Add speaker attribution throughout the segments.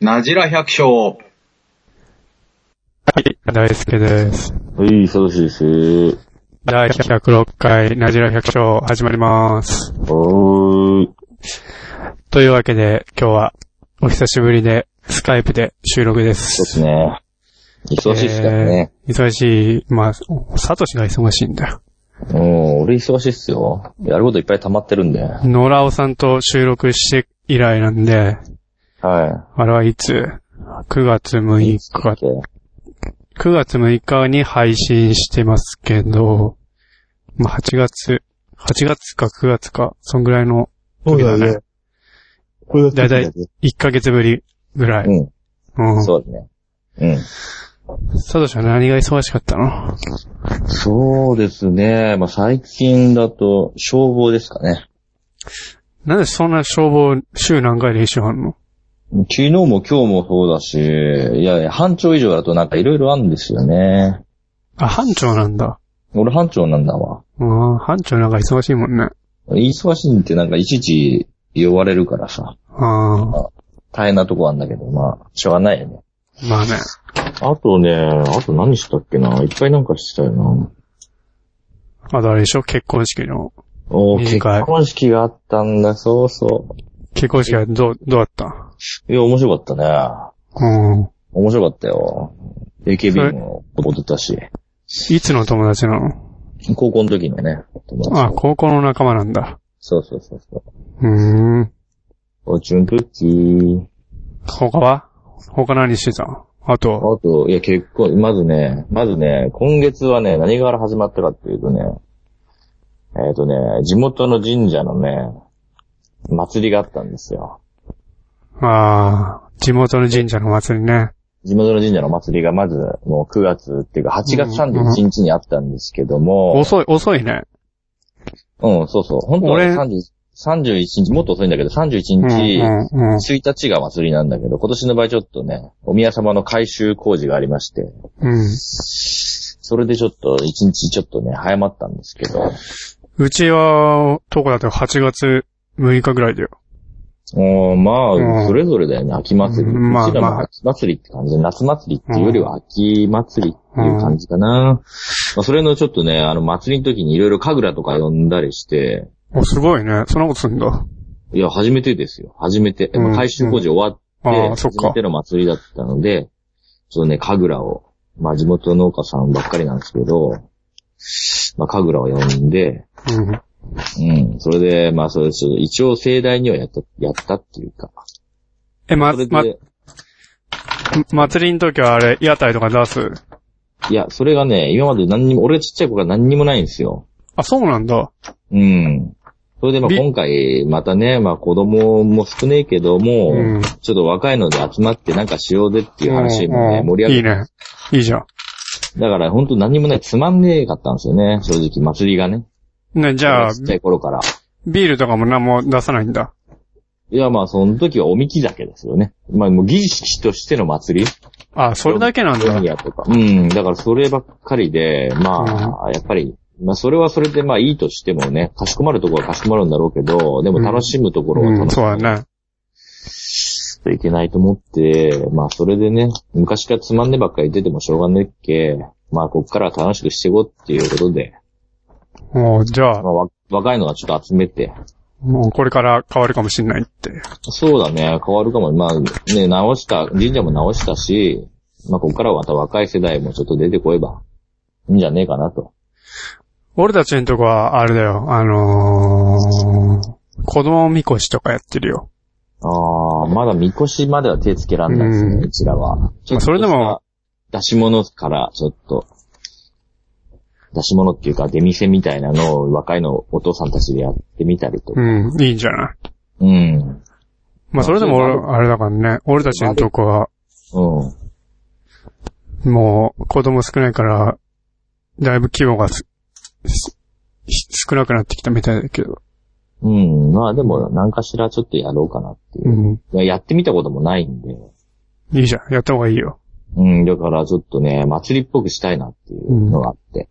Speaker 1: なじら百姓。
Speaker 2: はい、大輔です。
Speaker 3: はい、サトシです。は
Speaker 2: 第106回ナジラ百姓始まります。
Speaker 3: ーい。
Speaker 2: というわけで、今日はお久しぶりでスカイプで収録です。
Speaker 3: ですね。忙しいですからね。
Speaker 2: えー忙しい。まあ、サトシが忙しいんだよ。
Speaker 3: うん、俺忙しいっすよ。やることいっぱい溜まってるんで。はい。
Speaker 2: 野良尾さんと収録して以来なんで、あれはいつ ?9 月6日。9月6日に配信してますけど、まあ8月、8月か9月か、そんぐらいの
Speaker 4: そうだよね。これ
Speaker 2: だいたい1ヶ月ぶりぐらい。
Speaker 3: うん
Speaker 2: うん。
Speaker 3: そうだね。う
Speaker 2: サトシは何が忙しかったの
Speaker 3: ん。そうですね。まあ、最近だと、消防ですかね。
Speaker 2: なんでそんな消防週何回練習あんの
Speaker 3: 昨日も今日もそうだし、いやいや、班長以上だとなんかいろいろあるんですよね。
Speaker 2: あ、班長なんだ。
Speaker 3: 俺班長なんだわ。
Speaker 2: うん、班長なんか忙しいもんね。
Speaker 3: 忙しいってなんかいちいち呼ばれるからさ。
Speaker 2: ああ、
Speaker 3: 大変なとこあんだけど、まあ、しょうがないよね。
Speaker 2: まあね。
Speaker 3: あとね、あと何したっけないっぱいなんかしてたよな。
Speaker 2: あとあれでしょ結婚式の。
Speaker 3: おー、
Speaker 2: いい
Speaker 3: 結
Speaker 2: かい
Speaker 3: 婚式があったんだ、そうそ
Speaker 2: 結婚式はどう、どうだった
Speaker 3: う。いや、面白かったね。
Speaker 2: うん。
Speaker 3: 面白かったよ。AKB も踊ってたし、
Speaker 2: いつの友達なの
Speaker 3: 高校の時のね、友達
Speaker 2: あ、高校の仲間なんだ。
Speaker 3: そうそうそうそう。
Speaker 2: うーん。
Speaker 3: おちゅんクッキー。
Speaker 2: 他は他何してたのあ
Speaker 3: あ
Speaker 2: と、
Speaker 3: と、いや、結構、まずね、まずね、今月はね、何から始まったかっていうとね、えっ、とね、地元の神社のね、祭りがあったんですよ。
Speaker 2: ああ、地元の神社の祭りね。
Speaker 3: 地元の神社の祭りがまず、もう9月っていうか8月31日にあったんですけども、
Speaker 2: 遅い、遅いね。
Speaker 3: うん、そうそう。本当は
Speaker 2: 俺
Speaker 3: ね30 31日、もっと遅いんだけど、31
Speaker 2: うん、
Speaker 3: 日、
Speaker 2: うん、うん。
Speaker 3: 1日が祭りなんだけど、今年の場合ちょっとね、お宮様の改修工事がありまして、
Speaker 2: うん。
Speaker 3: それでちょっと1日ちょっとね、早まったんですけど、
Speaker 2: うちは、とこだと8月6日ぐらいだよ。
Speaker 3: うん、
Speaker 2: う
Speaker 3: ま
Speaker 2: ん
Speaker 3: あ、それぞれだよね、秋祭り。
Speaker 2: うんまあ
Speaker 3: うちら
Speaker 2: ま
Speaker 3: も
Speaker 2: あ
Speaker 3: 秋祭りって感じで、夏祭りっていうよりは秋祭りっていう感じかな。まあ、それのちょっとね、あの、祭りの時にいろいろ神楽とか呼んだりして、
Speaker 2: お、すごいね。そんなことすんだ。あ
Speaker 3: いや、初めてですよ。初めて。
Speaker 2: うん
Speaker 3: まあ改修工事終わって、
Speaker 2: あー、そっ
Speaker 3: 初
Speaker 2: か
Speaker 3: めて。の祭りだったので、ちょっとね、神楽を、まあ地元農家さんばっかりなんですけど、まあ神楽を呼んで、
Speaker 2: うん。
Speaker 3: うん、それで、まあそうです。一応盛大にはやった、やったっていうか。
Speaker 2: え、ま、
Speaker 3: それ
Speaker 2: ま、
Speaker 3: で、
Speaker 2: 祭りの時はあれ、屋台とか出す。
Speaker 3: いや、それがね、今まで何にも、俺がちっちゃい頃から何にもないんですよ。
Speaker 2: あ、そうなんだ。
Speaker 3: うん。それでまあ
Speaker 2: び
Speaker 3: 今回、またね、まあ子供も少ねえけども、
Speaker 2: うん
Speaker 3: ちょっと若いので集まってなんかしようぜっていう話もね、
Speaker 2: うん
Speaker 3: 盛り上がっ
Speaker 2: いいね。いいじゃん。
Speaker 3: だから本当何もない、つまんねえかったんですよね、正直、祭りがね。
Speaker 2: ね、じゃあ
Speaker 3: ち、っちゃい頃から。
Speaker 2: ビールとかも何も出さないんだ。
Speaker 3: いや、まあ、その時はおみき酒ですよね。まあ、もう儀式としての祭り
Speaker 2: あ、それだけなんだ
Speaker 3: 飲み。屋とか。うん、だからそればっかりで、まあ、やっぱり、まあ、それはそれでまあいいとしてもね、かしこまるところはかしこまるんだろうけど、でも楽しむところは
Speaker 2: うん、
Speaker 3: 楽し
Speaker 2: そうだね。
Speaker 3: むといけないと思って、まあ、それでね、昔からつまんねばっかり出てもしょうがねえっけ、まあ、こっからは楽しくしていこうっていうことで、
Speaker 2: もう、じゃあ、
Speaker 3: まあ、わ若いのはちょっと集めて、
Speaker 2: もうこれから変わるかもしんないって。
Speaker 3: そうだね、変わるかも。まあ、ね、直した、神社も直したし、まあ、ここからはまた若い世代もちょっと出てこえば、いいんじゃねえかなと。
Speaker 2: 俺たちのとこは、あれだよ、あのー、子供みこしとかやってるよ。
Speaker 3: ああ、まだみこしまでは手つけらんないですね、
Speaker 2: う
Speaker 3: うんちらは。ちょっと
Speaker 2: まあそれでも
Speaker 3: した、出し物から、ちょっと、出し物っていうか、出店みたいなのを若いのお父さんたちでやってみたりとか。
Speaker 2: うん、いいんじゃない
Speaker 3: うん。うん。
Speaker 2: まあ、それでも
Speaker 3: まあそう
Speaker 2: 俺、あれだからね、俺たちのとこは、もう、子供少ないから、だいぶ規模がす、すし少なくなってきたみたいだけど。
Speaker 3: うん。まあでも、何かしらちょっとやろうかなっていうう。
Speaker 2: ん。
Speaker 3: いややってみたこともないんで。
Speaker 2: いいじゃん。やった方がいいよ。
Speaker 3: うん、だからちょっとね、祭りっぽくしたいなっていうのがあって。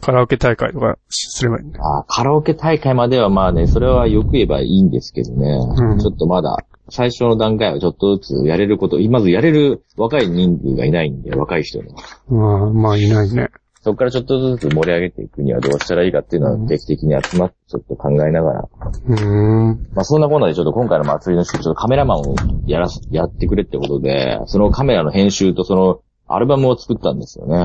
Speaker 2: カラオケ大会とかすればいいんだ。
Speaker 3: あーカラオケ大会まではまあね、それはよく言えばいいんですけどね。
Speaker 2: うん
Speaker 3: ちょっとまだ、最初の段階はちょっとずつやれること、まずやれる若い人数がいないんで、若い人の。
Speaker 2: まあ、まあ、いないね。
Speaker 3: そこからちょっとずつ盛り上げていくにはどうしたらいいかっていうのは定期的に集まってちょっと考えながら。
Speaker 2: うーん。
Speaker 3: まあそんなこんなでちょっと今回の祭りの式、ちょっとカメラマンをやらす、やってくれってことで、そのカメラの編集とそのアルバムを作ったんですよね。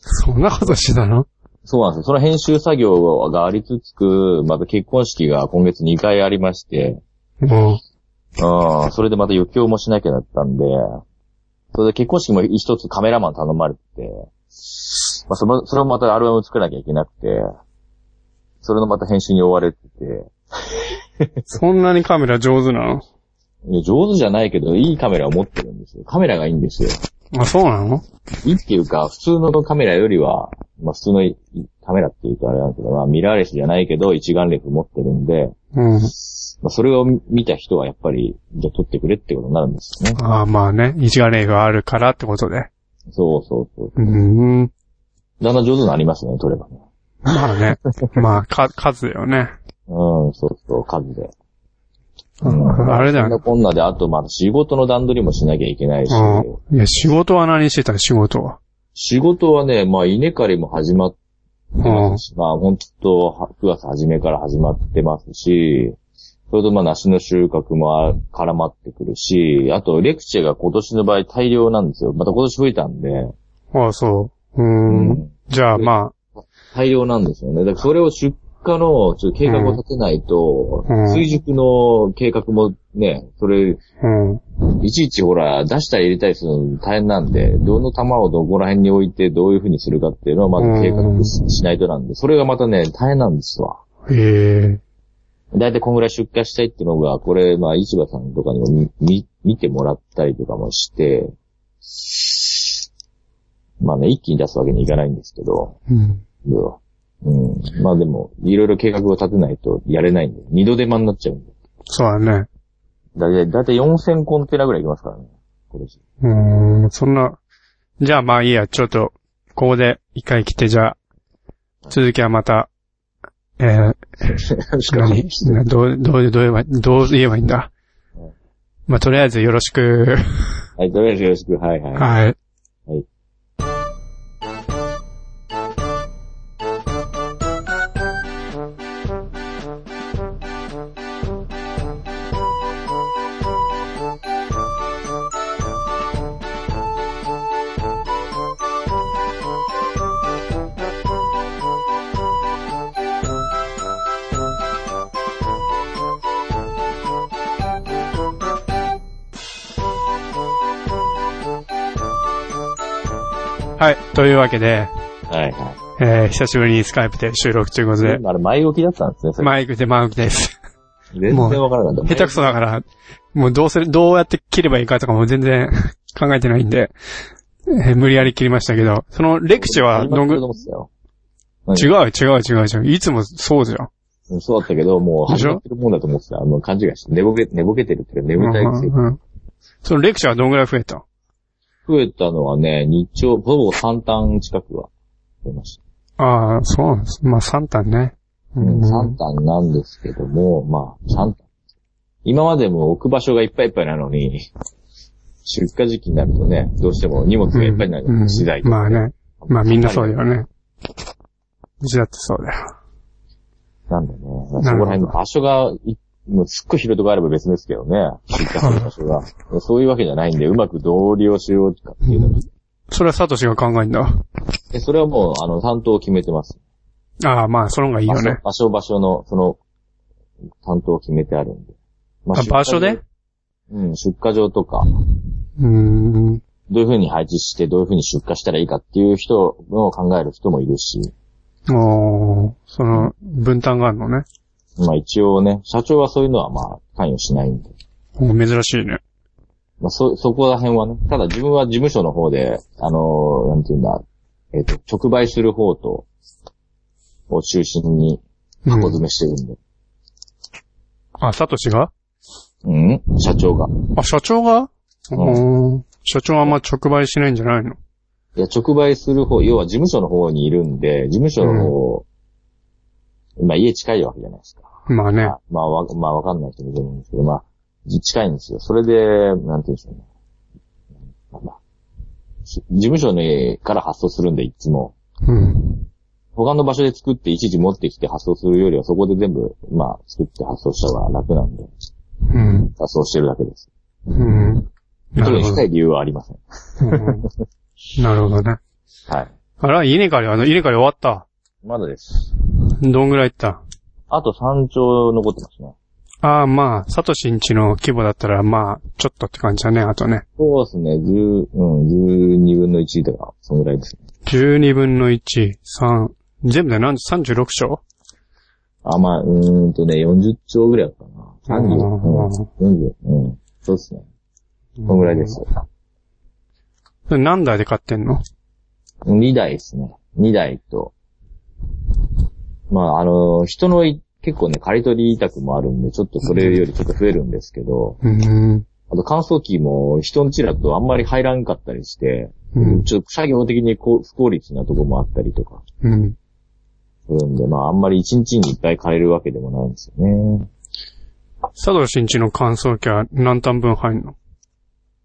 Speaker 2: そんなことしてたの
Speaker 3: そうなんですよ。その編集作業がありつつく、また結婚式が今月2回ありまして、
Speaker 2: も
Speaker 3: うん、それでまた余興もしなきゃだったんで、それで結婚式も一つカメラマン頼まれてて、まあ、その、それもまたアルバム作らなきゃいけなくて、それのまた編集に追われてて、
Speaker 2: う、そんなにカメラ上手なの
Speaker 3: いや上手じゃないけど、いいカメラを持ってるんですよ。カメラがいいんですよ。
Speaker 2: あ、そうなの
Speaker 3: いいっていうか、普通のカメラよりは、まあ普通のいカメラっていうとあれなんだけど、まあミラーレスじゃないけど、一眼レフ持ってるんで、
Speaker 2: うん。
Speaker 3: まあそれを見た人はやっぱり、じゃあ撮ってくれってことになるんですよね。
Speaker 2: ああ、まあね。一眼レフがあるからってことで。
Speaker 3: そうそうそう。
Speaker 2: うーん。
Speaker 3: だんだん上手になりますね、撮ればね。
Speaker 2: まあね。まあ、か、数だよね。
Speaker 3: うん、そうそう、数で。うん
Speaker 2: あれだ
Speaker 3: そん
Speaker 2: よ
Speaker 3: な
Speaker 2: ね。
Speaker 3: こんなで、あとまあ仕事の段取りもしなきゃいけないし、
Speaker 2: うん。いや、仕事は何してたの仕事は。
Speaker 3: 仕事はね、まあ稲刈りも始まって
Speaker 2: うん。
Speaker 3: ますし、まあ本当は、9月初めから始まってますし、それとまあ梨の収穫もあ絡まってくるし、あとレクチェが今年の場合大量なんですよ。また今年増えたんで、
Speaker 2: ああ、そう。うーん。じゃあ、ま
Speaker 3: 大量なんですよね。だからそれを出荷のちょっと計画を立てないと、
Speaker 2: うんうん
Speaker 3: 追熟の計画もね、それ、
Speaker 2: あ、うん。
Speaker 3: いちいちほら、出したり入れたりするの大変なんで、どの玉をどこら辺に置いてどういう風にするかっていうのはまず計画ししないとなんで、それがまたね、大変なんですわ。
Speaker 2: ええ。
Speaker 3: だいたいこんぐらい出荷したいっていうのが、これ、まあ、市場さんとかにも見、見見てもらったりとかもして、まあね、一気に出すわけにいかないんですけど、
Speaker 2: うん。
Speaker 3: うん。まあでも、いろいろ計画を立てないとやれないんで、二度手間になっちゃうんで。
Speaker 2: そうだね。
Speaker 3: だいたい、だいたい4000コンテナぐらいいきますからね、今年。
Speaker 2: うーん、そんな。じゃあまあいいや、ちょっと、ここで一回来て、じゃあ、続きはまた、え ー、何などう、どう、どう言えば、どう言えばいいんだ。まあとりあえずよろしく、
Speaker 3: はい、とりあえずよろしく、はいはい。
Speaker 2: はい。はい。というわけで、
Speaker 3: はいはい。
Speaker 2: えー、久しぶりにスカイプで収録ということで、
Speaker 3: あれ、前置きだったんですね、それ。
Speaker 2: マイクでマウキです。
Speaker 3: 全然わからなかった。
Speaker 2: 下手くそだから、もうどうする、どうやって切ればいいかとかも全然 考えてないんで、えー無理やり切りましたけど、そのレクチェはど
Speaker 3: 始ま
Speaker 2: んぐ
Speaker 3: ってると思ってたよ
Speaker 2: 違う違う違う違う。いつもそうじゃん。
Speaker 3: うんそうだったけど、もう
Speaker 2: でし
Speaker 3: 始
Speaker 2: ょ
Speaker 3: まってるもんだと思ってた。もう勘違いして、寝ぼけ、寝ぼけてるっていうか、眠たいですよ。
Speaker 2: うんうんうんそのレクチャーはどんぐらい増えた
Speaker 3: 増えたのはね、日曜、ほぼ3単近くは増えました。
Speaker 2: ああ、そうなんです。まあ3単ね。う
Speaker 3: うん
Speaker 2: ん、
Speaker 3: 3単なんですけども、まあ、3単。今までも置く場所がいっぱいいっぱいなのに、出荷時期になるとね、どうしても荷物がいっぱいになる
Speaker 2: うん
Speaker 3: 次第、
Speaker 2: まあ。ね。まあみんなそうだよね。うちだってそうだよ。
Speaker 3: なんでね、そこら辺の場所がい、もうすっごい広いとこあれば別ですけどね、出荷する場所が。そういうわけじゃないんで、うまくどう利用しようかっていうのが
Speaker 2: それはサトシが考えんだ。
Speaker 3: でそれはもう、あの、担当を決めてます。
Speaker 2: ああ、まあその方がいいよね。
Speaker 3: 場所場所場所の、その、担当を決めてあるんで。ま
Speaker 2: あ、場所で
Speaker 3: うん、出荷場とか、
Speaker 2: うーん。
Speaker 3: どういう風に配置して、どういう風に出荷したらいいかっていう人を考える人もいるし、
Speaker 2: おーその、分担があるのね。
Speaker 3: まあ一応ね、社長はそういうのはまあ関与しないんで。
Speaker 2: お珍しいね。
Speaker 3: まあそ、そこら辺はね、ただ自分は事務所の方で、あのーなんていうんだ、えっ、と、直売する方と、を中心に箱
Speaker 2: うん。
Speaker 3: 詰めしてるんで。
Speaker 2: あ、サトシが
Speaker 3: うん、社長が。
Speaker 2: あ、社長が
Speaker 3: ん
Speaker 2: おー社長はあんま直売しないんじゃないの
Speaker 3: いや、直売する方、要は事務所の方にいるんで、事務所の方、まあ家近いわけじゃないですか。
Speaker 2: まあね。
Speaker 3: まあ、まあわ、まあ、わかんない人もいると思うんですけど、まあ、近いんですよ。それで、なんていうんでしょうね。なんだし事務所ね、から発送するんで、いつも。
Speaker 2: うん。
Speaker 3: 他の場所で作って、いちいち持ってきて発送するよりは、そこで全部、まあ、作って発送した方が楽なんで、
Speaker 2: うん。
Speaker 3: 発送してるだけです。
Speaker 2: うん。な
Speaker 3: 特
Speaker 2: る
Speaker 3: に
Speaker 2: ほ
Speaker 3: したい理由はありません。
Speaker 2: ど。うんなるほどね。
Speaker 3: はい。
Speaker 2: あら、稲刈り、あの、稲刈り終わった。
Speaker 3: まだです。
Speaker 2: どんぐらいいった
Speaker 3: あと山頂残ってますね。
Speaker 2: ああ、まあ、サトシんちの規模だったら、まあ、ちょっとって感じだね、あとね。
Speaker 3: そうですね、10、うん、12分の1とか、そのぐらいですね。
Speaker 2: 12分の1、3、全部で何、36章
Speaker 3: あ、まあ、うーんとね、40兆ぐらいだったかな。30、うん、40、うん。そうですね。
Speaker 2: こ
Speaker 3: そのぐらいです。。
Speaker 2: 何台で買ってんの
Speaker 3: 2台ですね。2台と。まあ、あの、人のい結構ね、刈り取り委託もあるんで、ちょっとそれよりちょっと増えるんですけど、
Speaker 2: うん。
Speaker 3: あと乾燥機も人んちだとあんまり入らんかったりして、
Speaker 2: うん。
Speaker 3: ちょっと作業的にこう不効率なとこもあったりとか
Speaker 2: うん。
Speaker 3: するんで、まああんまり一日にいっぱい買えるわけでもないんですよね。
Speaker 2: サトシんちの乾燥機は何単分入んの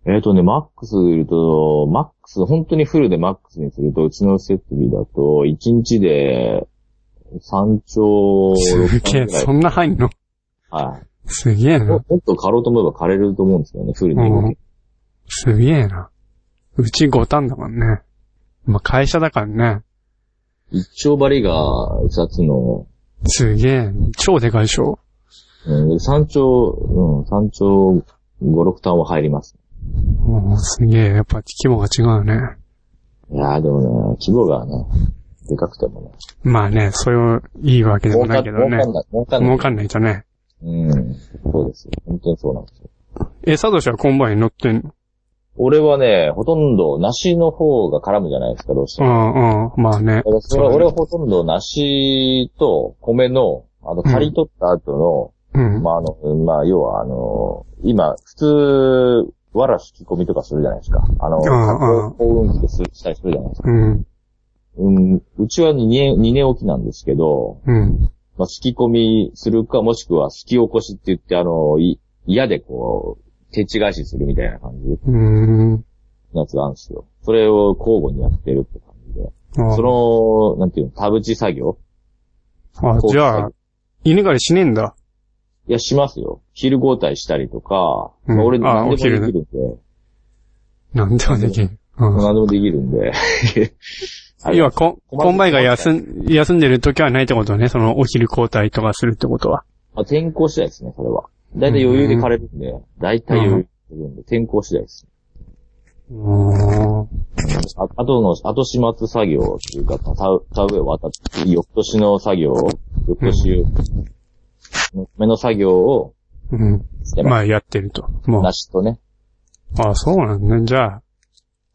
Speaker 3: えっ、とね、マックスで言うと、マックス、本当にフルでマックスにすると、うちの設備だと、1日で3兆
Speaker 2: す
Speaker 3: 6
Speaker 2: げ
Speaker 3: 兆
Speaker 2: え、
Speaker 3: ぐらい
Speaker 2: そ。んな入んの
Speaker 3: はい。
Speaker 2: すげえ
Speaker 3: も
Speaker 2: な。
Speaker 3: もっと刈ろうと思えば刈れると思うんですよね、フルに動け。
Speaker 2: うんすげえな。うち5単だもんね。まあ、会社だからね。
Speaker 3: 一丁針が2つの、
Speaker 2: すげえ、超でかいでしょ。
Speaker 3: うん、3丁、うん、3丁5、6単は入ります。
Speaker 2: うんすげえ、やっぱ規模が違うね。
Speaker 3: いやーでもね、規模がね、でかくてもね、
Speaker 2: まあね、それをいいわけでも
Speaker 3: 儲
Speaker 2: な
Speaker 3: か
Speaker 2: い
Speaker 3: んな
Speaker 2: け
Speaker 3: い、
Speaker 2: ど
Speaker 3: 儲か。んない、儲
Speaker 2: ね
Speaker 3: かんな
Speaker 2: 儲
Speaker 3: い。
Speaker 2: かんないとね。
Speaker 3: うん、そうですよ。本当にそうなんですよ。
Speaker 2: え、サトシはコンバイン乗ってんの
Speaker 3: 俺はね、ほとんど梨の方が絡むじゃないですか、どうして
Speaker 2: う
Speaker 3: も。
Speaker 2: んうん、まあね
Speaker 3: だ。からそれは俺はほとんど梨と米の、あの、刈り取った後の、
Speaker 2: うん。
Speaker 3: まあ、あの、まあ、要は、あの、今、普通、わら吹き込みとかするじゃないですか。あの、
Speaker 2: うんうん
Speaker 3: 幸運機でするしたりするじゃないですか。
Speaker 2: うん、
Speaker 3: うん、うちは2年、二年おきなんですけど、
Speaker 2: うん、
Speaker 3: まあ、すき込みするか、もしくはすき起こしって言って、あの、い嫌でこう、手違いしするみたいな感じの
Speaker 2: うん。
Speaker 3: やつがあるんですよ。それを交互にやってるって感じで。
Speaker 2: あ
Speaker 3: その、なんていうの、田淵作業
Speaker 2: あ、じゃあ、犬狩りしねえんだ。
Speaker 3: いや、しますよ。昼交代したりとか、
Speaker 2: うん
Speaker 3: まあ俺
Speaker 2: あ
Speaker 3: 何でもできるんで、
Speaker 2: なんでもできる。う
Speaker 3: 何でもできるんで。
Speaker 2: ん。要は、コン、
Speaker 3: 困る
Speaker 2: コンバインが休ん、休んでる時はないってことね。その、お昼交代とかするってことは。
Speaker 3: まあ、天候次第ですね、それは。だいたい余裕で枯れるんで、だいたい余裕で枯れるんで、天候次第です。
Speaker 2: うーん。
Speaker 3: あ後の、後始末作業っていうか、田田植えを渡って、翌年の作業を、翌年の目の作業を
Speaker 2: うん。
Speaker 3: して
Speaker 2: ま
Speaker 3: ます。
Speaker 2: あ、やってると。もう。
Speaker 3: 梨とね。
Speaker 2: ああ、そうなんだ。じゃあ、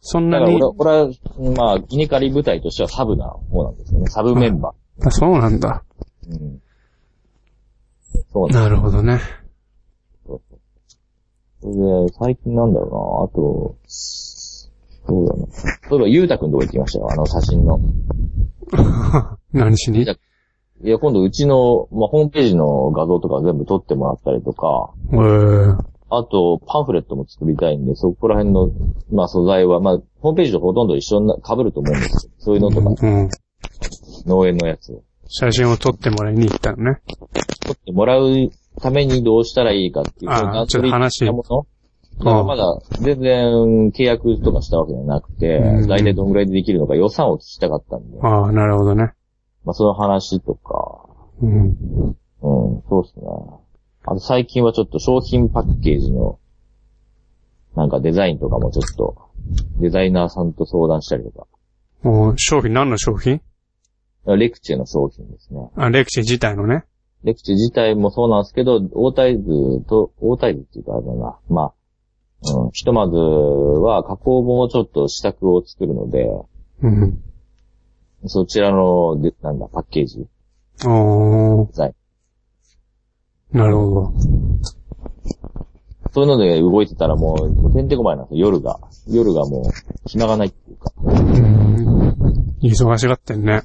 Speaker 2: そん
Speaker 3: だ
Speaker 2: な
Speaker 3: から
Speaker 2: に
Speaker 3: 俺、は、俺は、まあ、ギニカリ部隊としてはサブな方なんですよね。サブメンバ
Speaker 2: あそうなんだ。
Speaker 3: ー。うん。そうなんです
Speaker 2: なるほどね。
Speaker 3: そうそう。それで、最近なんだろうな、あと、どうだろうな。そういえば、ゆうたくんどこ行ってきましたよ、あの写真の。
Speaker 2: 何しに
Speaker 3: いや、今度うちの、まあ、ホームページの画像とか全部撮ってもらったりとか、
Speaker 2: えー、
Speaker 3: あと、パンフレットも作りたいんで、そこら辺の、まあ、素材は、まあ、ホームページとほとんど一緒にな被ると思うんですよ。そういうのとか、
Speaker 2: うん。
Speaker 3: 農園のやつを。
Speaker 2: 写真を撮ってもらいに行ったのね。
Speaker 3: 撮ってもらうためにどうしたらいいかっていう、
Speaker 2: あー
Speaker 3: 段
Speaker 2: ち
Speaker 3: 取
Speaker 2: ょっと
Speaker 3: り
Speaker 2: 話
Speaker 3: したものだからまだ全然契約とかしたわけじゃなくて
Speaker 2: うん、
Speaker 3: 大体どんぐらいでできるのか予算を聞きたかったんで、
Speaker 2: ああ、なるほどね。
Speaker 3: まあその話とか、
Speaker 2: うん。
Speaker 3: うん、そうですね。あと最近はちょっと商品パッケージの、なんかデザインとかもちょっと、デザイナーさんと相談したりと
Speaker 2: おー商品、何の商品
Speaker 3: か、レクチェの商品ですね。
Speaker 2: あ、レクチェ自体のね。
Speaker 3: レクチェ自体もそうなんですけど、大タイズと、大タイズっていうかあれだな、まあ、うん、ひとまずは加工もちょっと試作を作るので、
Speaker 2: うん。
Speaker 3: そちらの、で、なんだ、パッケージ。
Speaker 2: おー
Speaker 3: はい。
Speaker 2: なるほど。
Speaker 3: そういうので動いてたらもう、てんてこまいなんですよ、夜が。夜がもう、暇がないっていうか。
Speaker 2: うん。忙しがってんね。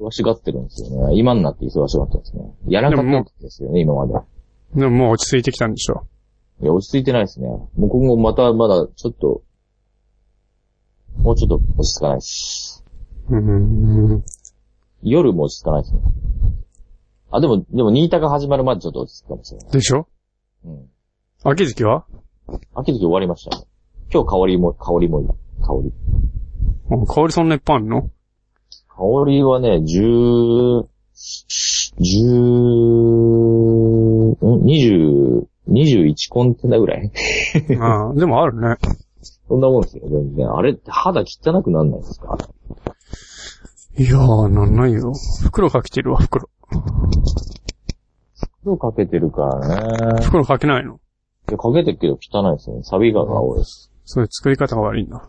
Speaker 3: 忙しがってるんですよね。今になって忙しがってるんですね。やらなかったんですよね、今まで。
Speaker 2: でももう落ち着いてきたんでしょ。
Speaker 3: いや、落ち着いてないですね。もう今後またまだちょっと、もうちょっと落ち着かないし。
Speaker 2: うん。
Speaker 3: 夜も落ち着かないですね。あ、でも、でも、新高始まるまでちょっと落ち着くかもしれない。
Speaker 2: でしょ
Speaker 3: うん。
Speaker 2: 秋月は
Speaker 3: 秋月終わりましたね。今日香りも、香りもいい、香り。
Speaker 2: あ香りそんないっぱいある の
Speaker 3: 香りはね、十、十、ん二十、二十一コンテナぐらい
Speaker 2: ああ、でもあるね。
Speaker 3: そんなもんですよ、全然。あれって肌汚くなんないですか
Speaker 2: いやー、なんないよ。袋かけてるわ、袋。
Speaker 3: 袋かけてるからね。
Speaker 2: 袋かけないの
Speaker 3: いやかけてるけど汚いですよね。サビが多いです。
Speaker 2: それ作り方が悪いんだ。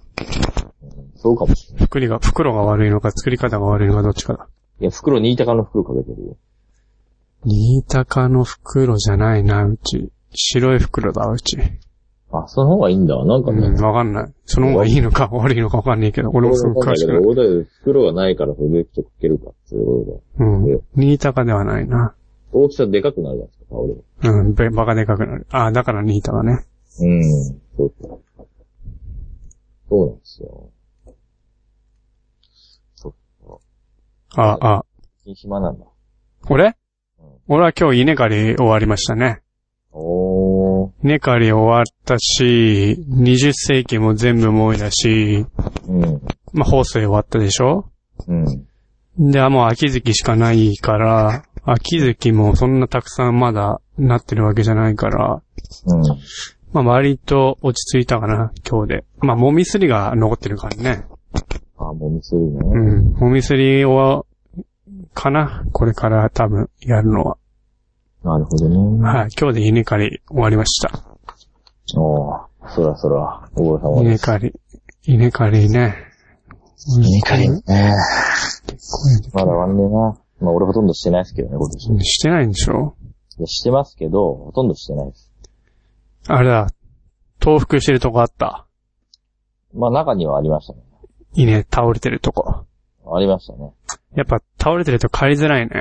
Speaker 3: そうかもしれない。
Speaker 2: 袋が、袋が悪いのか作り方が悪いのかどっちかだ。
Speaker 3: いや、袋、新高の袋かけてるよ。
Speaker 2: 新高の袋じゃないな、うち。白い袋だ、うち。
Speaker 3: あ、その方がいいんだ。なんか
Speaker 2: う
Speaker 3: ね。
Speaker 2: ん、わかんない。その方がいいのか悪いのかわかんないけど、俺もすごく詳しくない。
Speaker 3: 俺だけど袋がないから、それでちょっとかけるか。そういうことだ
Speaker 2: うん。新高ではないな。
Speaker 3: 大きさでかくなるじゃないですか、香り。
Speaker 2: うん、べバカでかくなる。ああ、だから新高ね。
Speaker 3: うん。そうか。そうなんですよ。
Speaker 2: ああ、
Speaker 3: 暇なんだ。
Speaker 2: 俺
Speaker 3: うん
Speaker 2: 俺は今日稲刈り終わりましたね。
Speaker 3: おー。
Speaker 2: 稲刈り終わったし、20世紀も全部燃えだし、
Speaker 3: うん。
Speaker 2: まあ、放水終わったでしょ
Speaker 3: うん。
Speaker 2: で、あもう秋月しかないから、秋月もそんなたくさんまだなってるわけじゃないから、
Speaker 3: うん。
Speaker 2: まあ割と落ち着いたかな、今日で。まあ、もみすりが残ってるからね。
Speaker 3: あ、もみすりね。
Speaker 2: う。
Speaker 3: うん
Speaker 2: もみすりを、かなこれから多分やるのは。
Speaker 3: なるほどね。
Speaker 2: はい。今日で稲刈り終わりました。
Speaker 3: おー。そらそら、お坊様で
Speaker 2: 稲
Speaker 3: す。
Speaker 2: 刈り。稲刈りね。稲
Speaker 3: ねまだ終わんねえな。まあ俺ほとんどしてないですけどね、今年。い
Speaker 2: してないんでしょ
Speaker 3: やしてますけど、ほとんどしてないです。
Speaker 2: あれだ。倒伏してるとこあった。
Speaker 3: まあ中にはありましたね。
Speaker 2: 稲倒れてるとこ。
Speaker 3: ありましたね。
Speaker 2: やっぱ倒れてると刈りづらいね。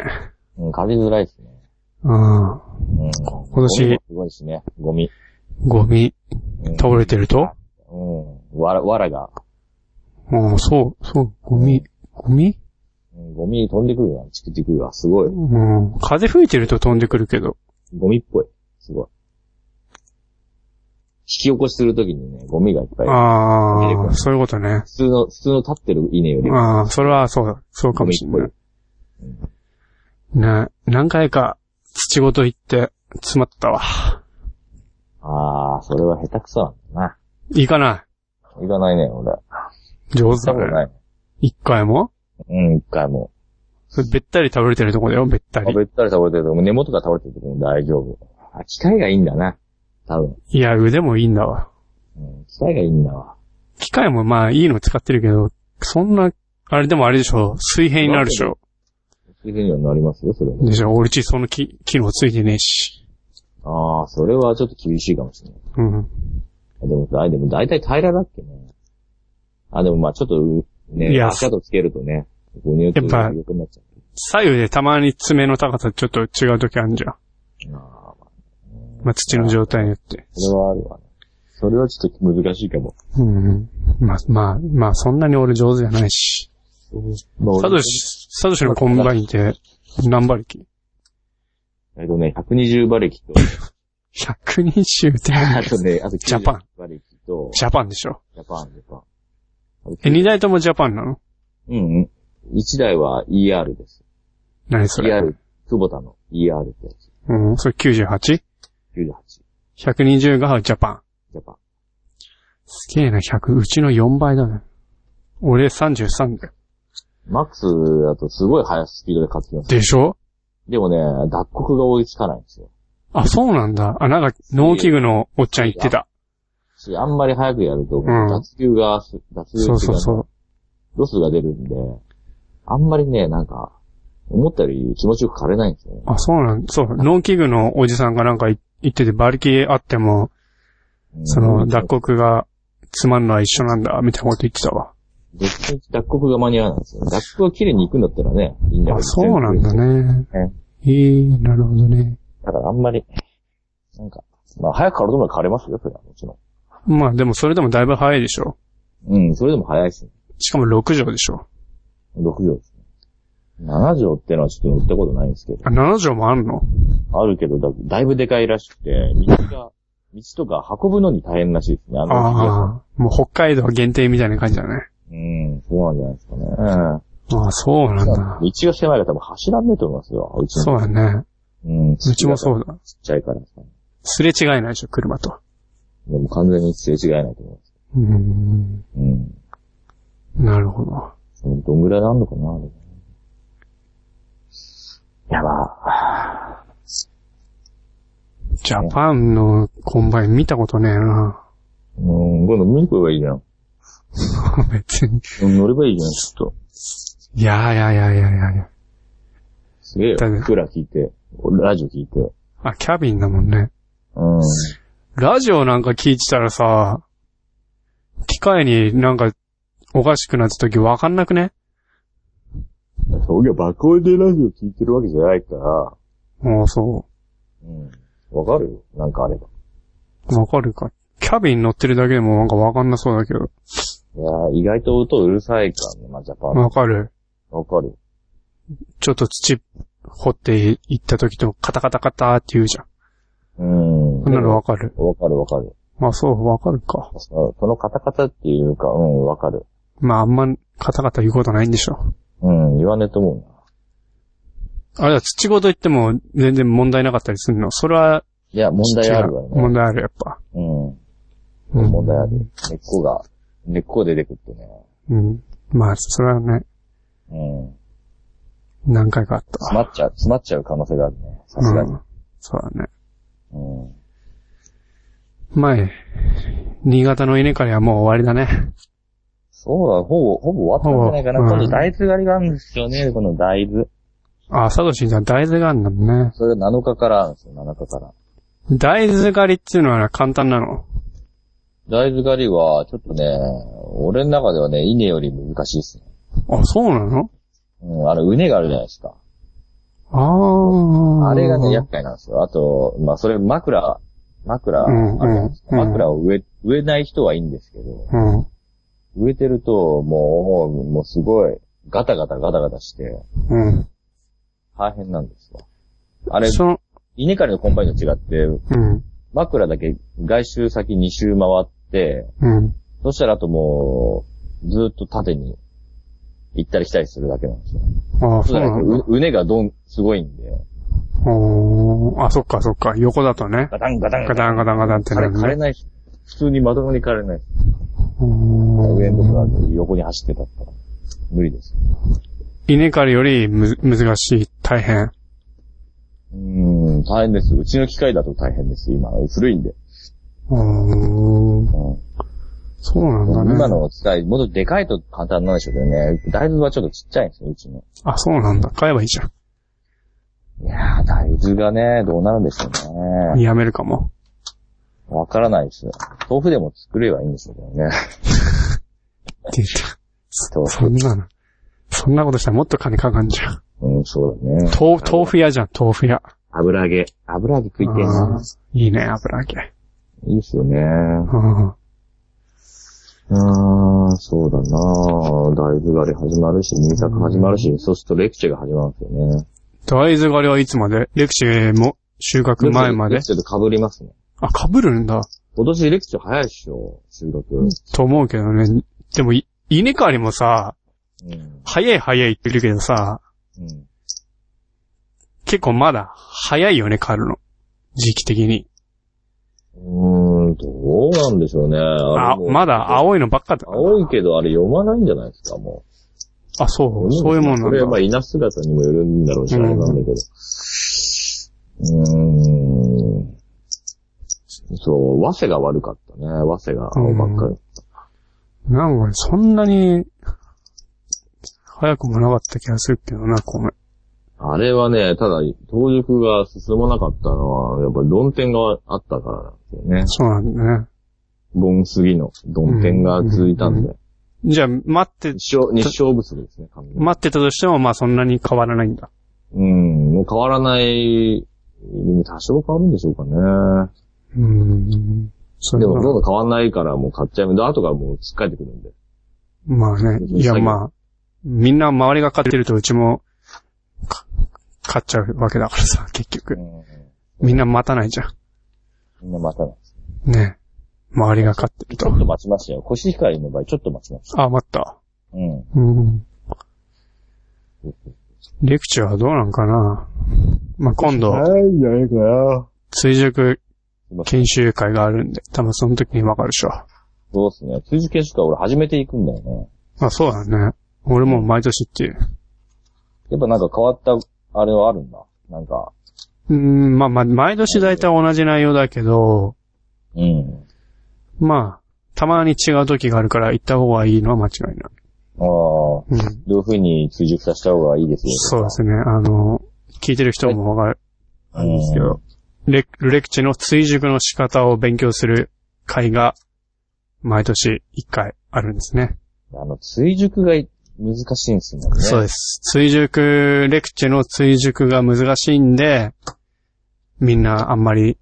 Speaker 3: うん、借りづらいですね。
Speaker 2: うん。
Speaker 3: うん。
Speaker 2: 今年
Speaker 3: ゴミもすごいですね、ゴミ。
Speaker 2: ゴミ
Speaker 3: うん
Speaker 2: 倒れてると
Speaker 3: うん。わら、わらが、
Speaker 2: うん、そう、そう、ゴミ、ゴミ
Speaker 3: うんゴミ飛んでくるな、チクチクが。すごい。
Speaker 2: うん。風吹いてると飛んでくるけど。
Speaker 3: ゴミっぽい。すごい。引き起こしするときにね、ゴミがいっぱい。見れ
Speaker 2: あ
Speaker 3: ば
Speaker 2: あ、そういうことね。
Speaker 3: 普通の、普通の立ってる稲よりも
Speaker 2: ああ、それはそうだ、そうかもしれない。ね何回か土ごと行って詰まったわ。
Speaker 3: ああ、それは下手くそなんだな。
Speaker 2: 行かない
Speaker 3: かないね、俺。行っ
Speaker 2: い。上手
Speaker 3: た
Speaker 2: だ
Speaker 3: こと
Speaker 2: ね。
Speaker 3: ない。
Speaker 2: 一回も
Speaker 3: うん、一回も。
Speaker 2: それべったり倒れてるとこだよ、べった
Speaker 3: あ
Speaker 2: り。
Speaker 3: べったり倒れてると、根元が倒れてるともう大丈夫。あ、機械がいいんだな。多分。
Speaker 2: いや、腕もいいんだわ。
Speaker 3: うん、機械がいいんだわ。
Speaker 2: 機械もまあいいの使ってるけど、そんな、あれでもあれでしょ、水平になるでしょ。
Speaker 3: そういうふうにはなりますよ、それも。
Speaker 2: でしょ、俺ちその機機能ついてねえし。
Speaker 3: ああ、それはちょっと厳しいかもしれない。
Speaker 2: うん。
Speaker 3: あでも、あでも大体平らだっけね。あ、でもまあちょっとう、ね、
Speaker 2: いや
Speaker 3: 足跡つけるとね、ごにゅっと
Speaker 2: やっぱ
Speaker 3: 良くなっちゃう。
Speaker 2: 左右でたまに爪の高さちょっと違う時あるじゃん。
Speaker 3: ああ、
Speaker 2: まあ土の状態によって。
Speaker 3: それはあるわね。それはちょっと難しいかも。
Speaker 2: うん。まあ、まあ、まあ、そんなに俺上手じゃないし。
Speaker 3: まあ
Speaker 2: サ
Speaker 3: 俺
Speaker 2: トシ、サトシのコンバインって何馬力
Speaker 3: えっとね、120馬力と、
Speaker 2: ?120 点。
Speaker 3: あとね、あと
Speaker 2: ジャパン
Speaker 3: 90馬力と、
Speaker 2: ジャパンでしょ。
Speaker 3: ジャパン、ジャパン。
Speaker 2: え、二台ともジャパンなの
Speaker 3: うんうん。1台は ER です。
Speaker 2: 何それ
Speaker 3: ER、久保田の ER ってやつ。
Speaker 2: うん、それ 98?120
Speaker 3: 98、
Speaker 2: がジャパン。
Speaker 3: ジャパン。
Speaker 2: すげえな、100。うちの4倍だね。俺33だよ。
Speaker 3: マックスだとすごい速いスピードで勝ってきます。
Speaker 2: でしょ
Speaker 3: でもね、脱穀が追いつかないんですよ。
Speaker 2: あ、そうなんだ。あ、なんか、農機具のおっちゃん言ってた。
Speaker 3: し、あんまり早くやると、
Speaker 2: ん
Speaker 3: 脱球がす、脱球
Speaker 2: そうそう
Speaker 3: が、
Speaker 2: そ
Speaker 3: ロスが出るんで、あんまりね、なんか、思ったより気持ちよく枯れないんですよね
Speaker 2: う。。あ、そうなんそう。農機具のおじさんがなんかい言ってて、馬力あっても、その、脱穀がつまんのは一緒なんだ、みたいなこと言ってたわ。
Speaker 3: 別に脱穀が間に合わないんですよ。脱穀が綺麗に行くんだったらね、いいんだけど。
Speaker 2: あ、そうなんだね。
Speaker 3: ね
Speaker 2: ええなるほどね。
Speaker 3: だからあんまり、なんか、まあ早く変わるとも変われますよ、それはもちろ
Speaker 2: まあでもそれでもだいぶ早いでしょ。
Speaker 3: ん。うん、それでも早いですね。
Speaker 2: しかも6畳でしょ。
Speaker 3: 6畳ですね。7畳ってのはちょっと乗ったことないんですけど
Speaker 2: あ、、7畳もあんの
Speaker 3: あるけどだ、だいぶでかいらしくて、道が、道とか運ぶのに大変らしいですね、あの道
Speaker 2: ああ、もう北海道限定みたいな感じだね。
Speaker 3: うん、そうなんじゃないですかね。うん。
Speaker 2: ああ、そうなんだ。
Speaker 3: 道が狭いから多分走らんねえと思いますよ、うちの。
Speaker 2: そうだね。
Speaker 3: うん、う
Speaker 2: うちもそうだ。
Speaker 3: ちっちゃいからですかね。
Speaker 2: すれ違いないでしょ、車と。
Speaker 3: でも完全にすれ違えないと思います。
Speaker 2: うーん。
Speaker 3: うん。
Speaker 2: なるほど。
Speaker 3: そのどんぐらいなんのかなやば。
Speaker 2: ジャパンのコンバイン見たことねえな。
Speaker 3: うん、今度見に行けばいいじゃん。
Speaker 2: 別に。
Speaker 3: 乗ればいいじゃん、ちょっと。
Speaker 2: いやいやいやいやいやいや。
Speaker 3: すげえよ。
Speaker 2: だね
Speaker 3: クーラー聞いて、ラジオ聞いて。
Speaker 2: あ、キャビンだもんね。
Speaker 3: うん。
Speaker 2: ラジオなんか聞いてたらさ、機械になんかおかしくなった時わかんなくね
Speaker 3: そういや、爆音でラジオ聞いてるわけじゃないから。
Speaker 2: もうそ
Speaker 3: うん。わかるよ。なんかあれば。
Speaker 2: う。わかるか。キャビン乗ってるだけでもなんかわかんなそうだけど。
Speaker 3: いやー意外と音うるさいからね、まあ、ジャパン。
Speaker 2: わかる。
Speaker 3: わかる。
Speaker 2: ちょっと土掘っていった時とカタカタカタって言うじゃん。
Speaker 3: うん。
Speaker 2: そんなのわかる。
Speaker 3: わかるわかる。
Speaker 2: あ、そう、わかるか。
Speaker 3: そのカタカタっていうか、うん、わかる。
Speaker 2: まあ、あんま、カタカタ言うことないんでしょ。
Speaker 3: うん、言わねえと思うな。
Speaker 2: あれは土ごと言っても全然問題なかったりするのそれはい
Speaker 3: や、問題あるわ
Speaker 2: 違う問
Speaker 3: ね。
Speaker 2: 題ある、やっぱ。
Speaker 3: うん。
Speaker 2: うん
Speaker 3: 問題ある。根っこが、根っこが出てくってね。
Speaker 2: うん。まあ、それはね、
Speaker 3: うん。
Speaker 2: 何回かあった。
Speaker 3: 詰まっちゃう、詰まっちゃう可能性があるね。さすがに
Speaker 2: う。ん。そうだね。
Speaker 3: うん。
Speaker 2: 前、新潟の稲刈りはもう終わりだね。
Speaker 3: そうだ、ほぼ、ほぼ終わったんじゃないかな。
Speaker 2: ほぼ
Speaker 3: 今度大豆狩りがあるんですよね、この大豆。
Speaker 2: あ、サトシさん大豆があるんだもんね。
Speaker 3: それが7日からあるんですよ、7日から。
Speaker 2: 大豆狩りっていうのは簡単なの。
Speaker 3: 大豆狩りは、ちょっとね、俺の中ではね、稲より難しいですね。
Speaker 2: あ、そうなの
Speaker 3: うん、あの、畝があるじゃないですか。
Speaker 2: ああ。
Speaker 3: あれがね、厄介なんですよ。あと、まあ、それ枕、枕、
Speaker 2: うんうん
Speaker 3: あるじゃないですか
Speaker 2: うん
Speaker 3: 枕を植え、植えない人はいいんですけど、
Speaker 2: うん。
Speaker 3: 植えてると、もう、もうすごい、ガタガタガタガタして、
Speaker 2: うん。
Speaker 3: 大変なんですわ。あれ、
Speaker 2: その、
Speaker 3: 稲刈りのコンバインと違って、
Speaker 2: うん。
Speaker 3: 枕だけ外周先2周回って、
Speaker 2: うん。
Speaker 3: そしたらあともう、ずっと縦に行ったり来たりするだけなんですよ。
Speaker 2: ああ、
Speaker 3: そう
Speaker 2: そ
Speaker 3: じゃ
Speaker 2: うな
Speaker 3: ない
Speaker 2: んだ
Speaker 3: と、う、うねがどん、すごいんで、
Speaker 2: おーあ、そっかそっか。横だとね。
Speaker 3: ガタンガタン
Speaker 2: ガタンガタンガタンって
Speaker 3: あ
Speaker 2: な
Speaker 3: れ
Speaker 2: る
Speaker 3: 枯れ
Speaker 2: ね。
Speaker 3: ない、普通にまともに枯れない。上
Speaker 2: 上
Speaker 3: のとこなんで横に走ってたったら、無理です。
Speaker 2: 稲刈りよりむ難しい、大変。
Speaker 3: うーん、大変です。うちの機械だと大変です、今。古いんで。
Speaker 2: うーん
Speaker 3: うん。
Speaker 2: そうなんだ
Speaker 3: 今
Speaker 2: ね。
Speaker 3: の機械、もっとでかいと簡単なんでしょうけどね。大豆はちょっとちっちゃいんですよ、うちの。
Speaker 2: あ、そうなんだ。買えばいいじゃ。
Speaker 3: いやー、大豆がね、どうなるんでしょうんね。
Speaker 2: やめるかも。
Speaker 3: わからないです。豆腐でも作ればいいんですけど ね。
Speaker 2: って言った。
Speaker 3: 豆
Speaker 2: そ
Speaker 3: 腐。
Speaker 2: んなの。そんなことしたらもっと金かかんじゃん。
Speaker 3: うん、そうだね。
Speaker 2: 豆腐、豆腐屋じゃん、豆腐屋。
Speaker 3: 油揚げ。油揚げ食いてえ
Speaker 2: あ
Speaker 3: な
Speaker 2: ー。いいね、油揚げ。
Speaker 3: いいっすよね。
Speaker 2: うん
Speaker 3: うーん、そうだな大豆狩り始まるし、新作始まるし、そうするとレクチェが始まるんですよね。
Speaker 2: 大豆狩りはいつまでレクチェも収穫前まで
Speaker 3: レクチェと被りますね。
Speaker 2: あ、被るんだ。
Speaker 3: 今年レクチェ早いっしょ、収録。
Speaker 2: と思うけどね。でもい、稲刈りもさ、
Speaker 3: うん。
Speaker 2: 早い早いって言ってるけどさ、
Speaker 3: うん。
Speaker 2: 結構まだ早いよね、狩るの。時期的に。
Speaker 3: うーん、どうなんでしょうね。あ
Speaker 2: あ、まだ青いのばっかだ。
Speaker 3: 青いけど、あれ読まないんじゃないですか、も。
Speaker 2: あ、そうう、そういうもんな
Speaker 3: それは
Speaker 2: ん
Speaker 3: まあ、
Speaker 2: だ。
Speaker 3: 稲姿にもよるんだろうし、あ
Speaker 2: うん
Speaker 3: れなんだけど。うーん。そう、和瀬が悪かったね。和瀬が青ばっかり。
Speaker 2: なんかね、そんなに、早くもなかった気がするけどな、これ。
Speaker 3: あれはね、ただ、当塾が進まなかったのは、やっぱり論点があったからなんですよね。
Speaker 2: そうなんだね。
Speaker 3: 盆過ぎの、どん天が続いたんで。
Speaker 2: じゃあ、待って、
Speaker 3: 日照、日照不足ですね、完全に
Speaker 2: 待ってたとしても、まあそんなに変わらないんだ。
Speaker 3: うん、もう変わらない、多少変わるんでしょうかね。
Speaker 2: うん。それ
Speaker 3: でも、
Speaker 2: は
Speaker 3: どんどん変わんないから、もう買っちゃう。あとがもう、つっかえてくるんで。
Speaker 2: まあね。いや、まあ、みんな周りが買ってると、うちも、か買っちゃうわけだからさ、結局。みんな待たないじゃ
Speaker 3: みんな待たない。
Speaker 2: ん。ね。周りが買ってる
Speaker 3: ちょっ
Speaker 2: と。
Speaker 3: と待ちましたよ。コシヒカリの場合、ちょっと待ちました。
Speaker 2: あ、待った。
Speaker 3: うん。
Speaker 2: うん。レクチャーはどうなんかなまあ、今度、
Speaker 4: ないんじゃないかな。
Speaker 2: 追熟研修会があるんで、多分その時にわかるでしょ。
Speaker 3: そうですね。追熟研修会俺初めて行くんだよね。
Speaker 2: まあ、そうだね。俺も毎年っていう。
Speaker 3: やっぱなんか変わった、あれはあるんだ。なんか、
Speaker 2: うーん、まあまあ、毎年大体同じ内容だけど、
Speaker 3: うん。
Speaker 2: まあ、たまに違う時があるから行った方がいいのは間違いない。
Speaker 3: ああ、ど
Speaker 2: うん。
Speaker 3: ういう風に追熟させた方がいいですよ。
Speaker 2: そうですね。あの、聞いてる人もわかる
Speaker 3: うん
Speaker 2: ですけど、レクレクチの追熟の仕方を勉強する会が、毎年1回あるんですね。
Speaker 3: あの、追熟が難しいんですよね。
Speaker 2: そうです。追熟、レクチェの追熟が難しいんで、みんなあんまり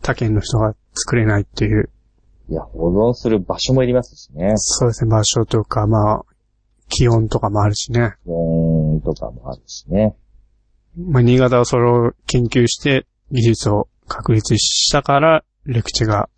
Speaker 2: 他県の人が作れないっていう。
Speaker 3: いや、保存する場所もいりますしね。
Speaker 2: そうですね、場所とか、まあ、気温とかもあるしね。
Speaker 3: 保温とかもあるしね。
Speaker 2: まあ、新潟をそれを研究して技術を確立したから、レクチェが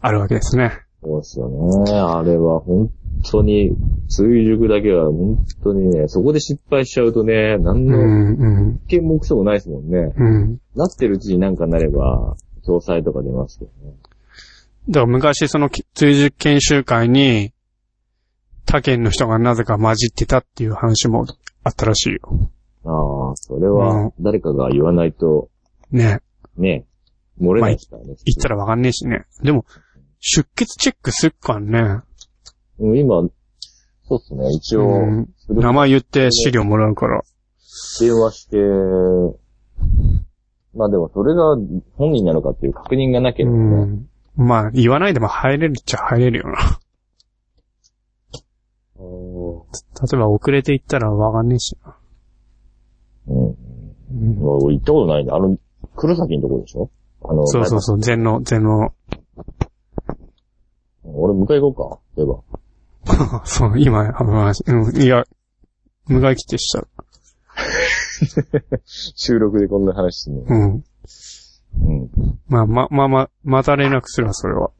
Speaker 2: あるわけですね。
Speaker 3: そうですよね。あれは本当に、追熟だけは本当にね、そこで失敗しちゃうとね、何
Speaker 2: う
Speaker 3: の
Speaker 2: ん、うん、
Speaker 3: 見目標もないですもんね。
Speaker 2: うん。
Speaker 3: なってるうちになんかなれば、共済とか出ますけどね。
Speaker 2: だから昔そのき追熟研修会に、他県の人がなぜか混じってたっていう話もあったらしいよ。
Speaker 3: ああ、それ
Speaker 2: うん
Speaker 3: は誰かが言わないと、
Speaker 2: ね。
Speaker 3: ね、漏れないですからね。
Speaker 2: 行ったらわかんねえしね。でも、出血チェックすっかんね。
Speaker 3: うん今、そうですね、一応、
Speaker 2: うん
Speaker 3: する
Speaker 2: 名前言って資料もらうから。
Speaker 3: 電話して、まあでもそれが本人なのかっていう確認がなけ
Speaker 2: う
Speaker 3: ればね、
Speaker 2: ん。まあ、言わないでも入れるっちゃ入れるよな。例えば遅れて行ったらわかんねえしな。
Speaker 3: うん。
Speaker 2: うん
Speaker 3: うわ俺行ったことないね。あの、黒崎のとこでしょあの、
Speaker 2: そうそうそう、全能、全能。
Speaker 3: 俺迎え行こうか。そういえば。
Speaker 2: そう、今、話、うん、いや、無害来てした。
Speaker 3: 収録でこんな話するの。
Speaker 2: うん。
Speaker 3: うん。
Speaker 2: まあ、ま、まあまあ、また連絡するわ、それは。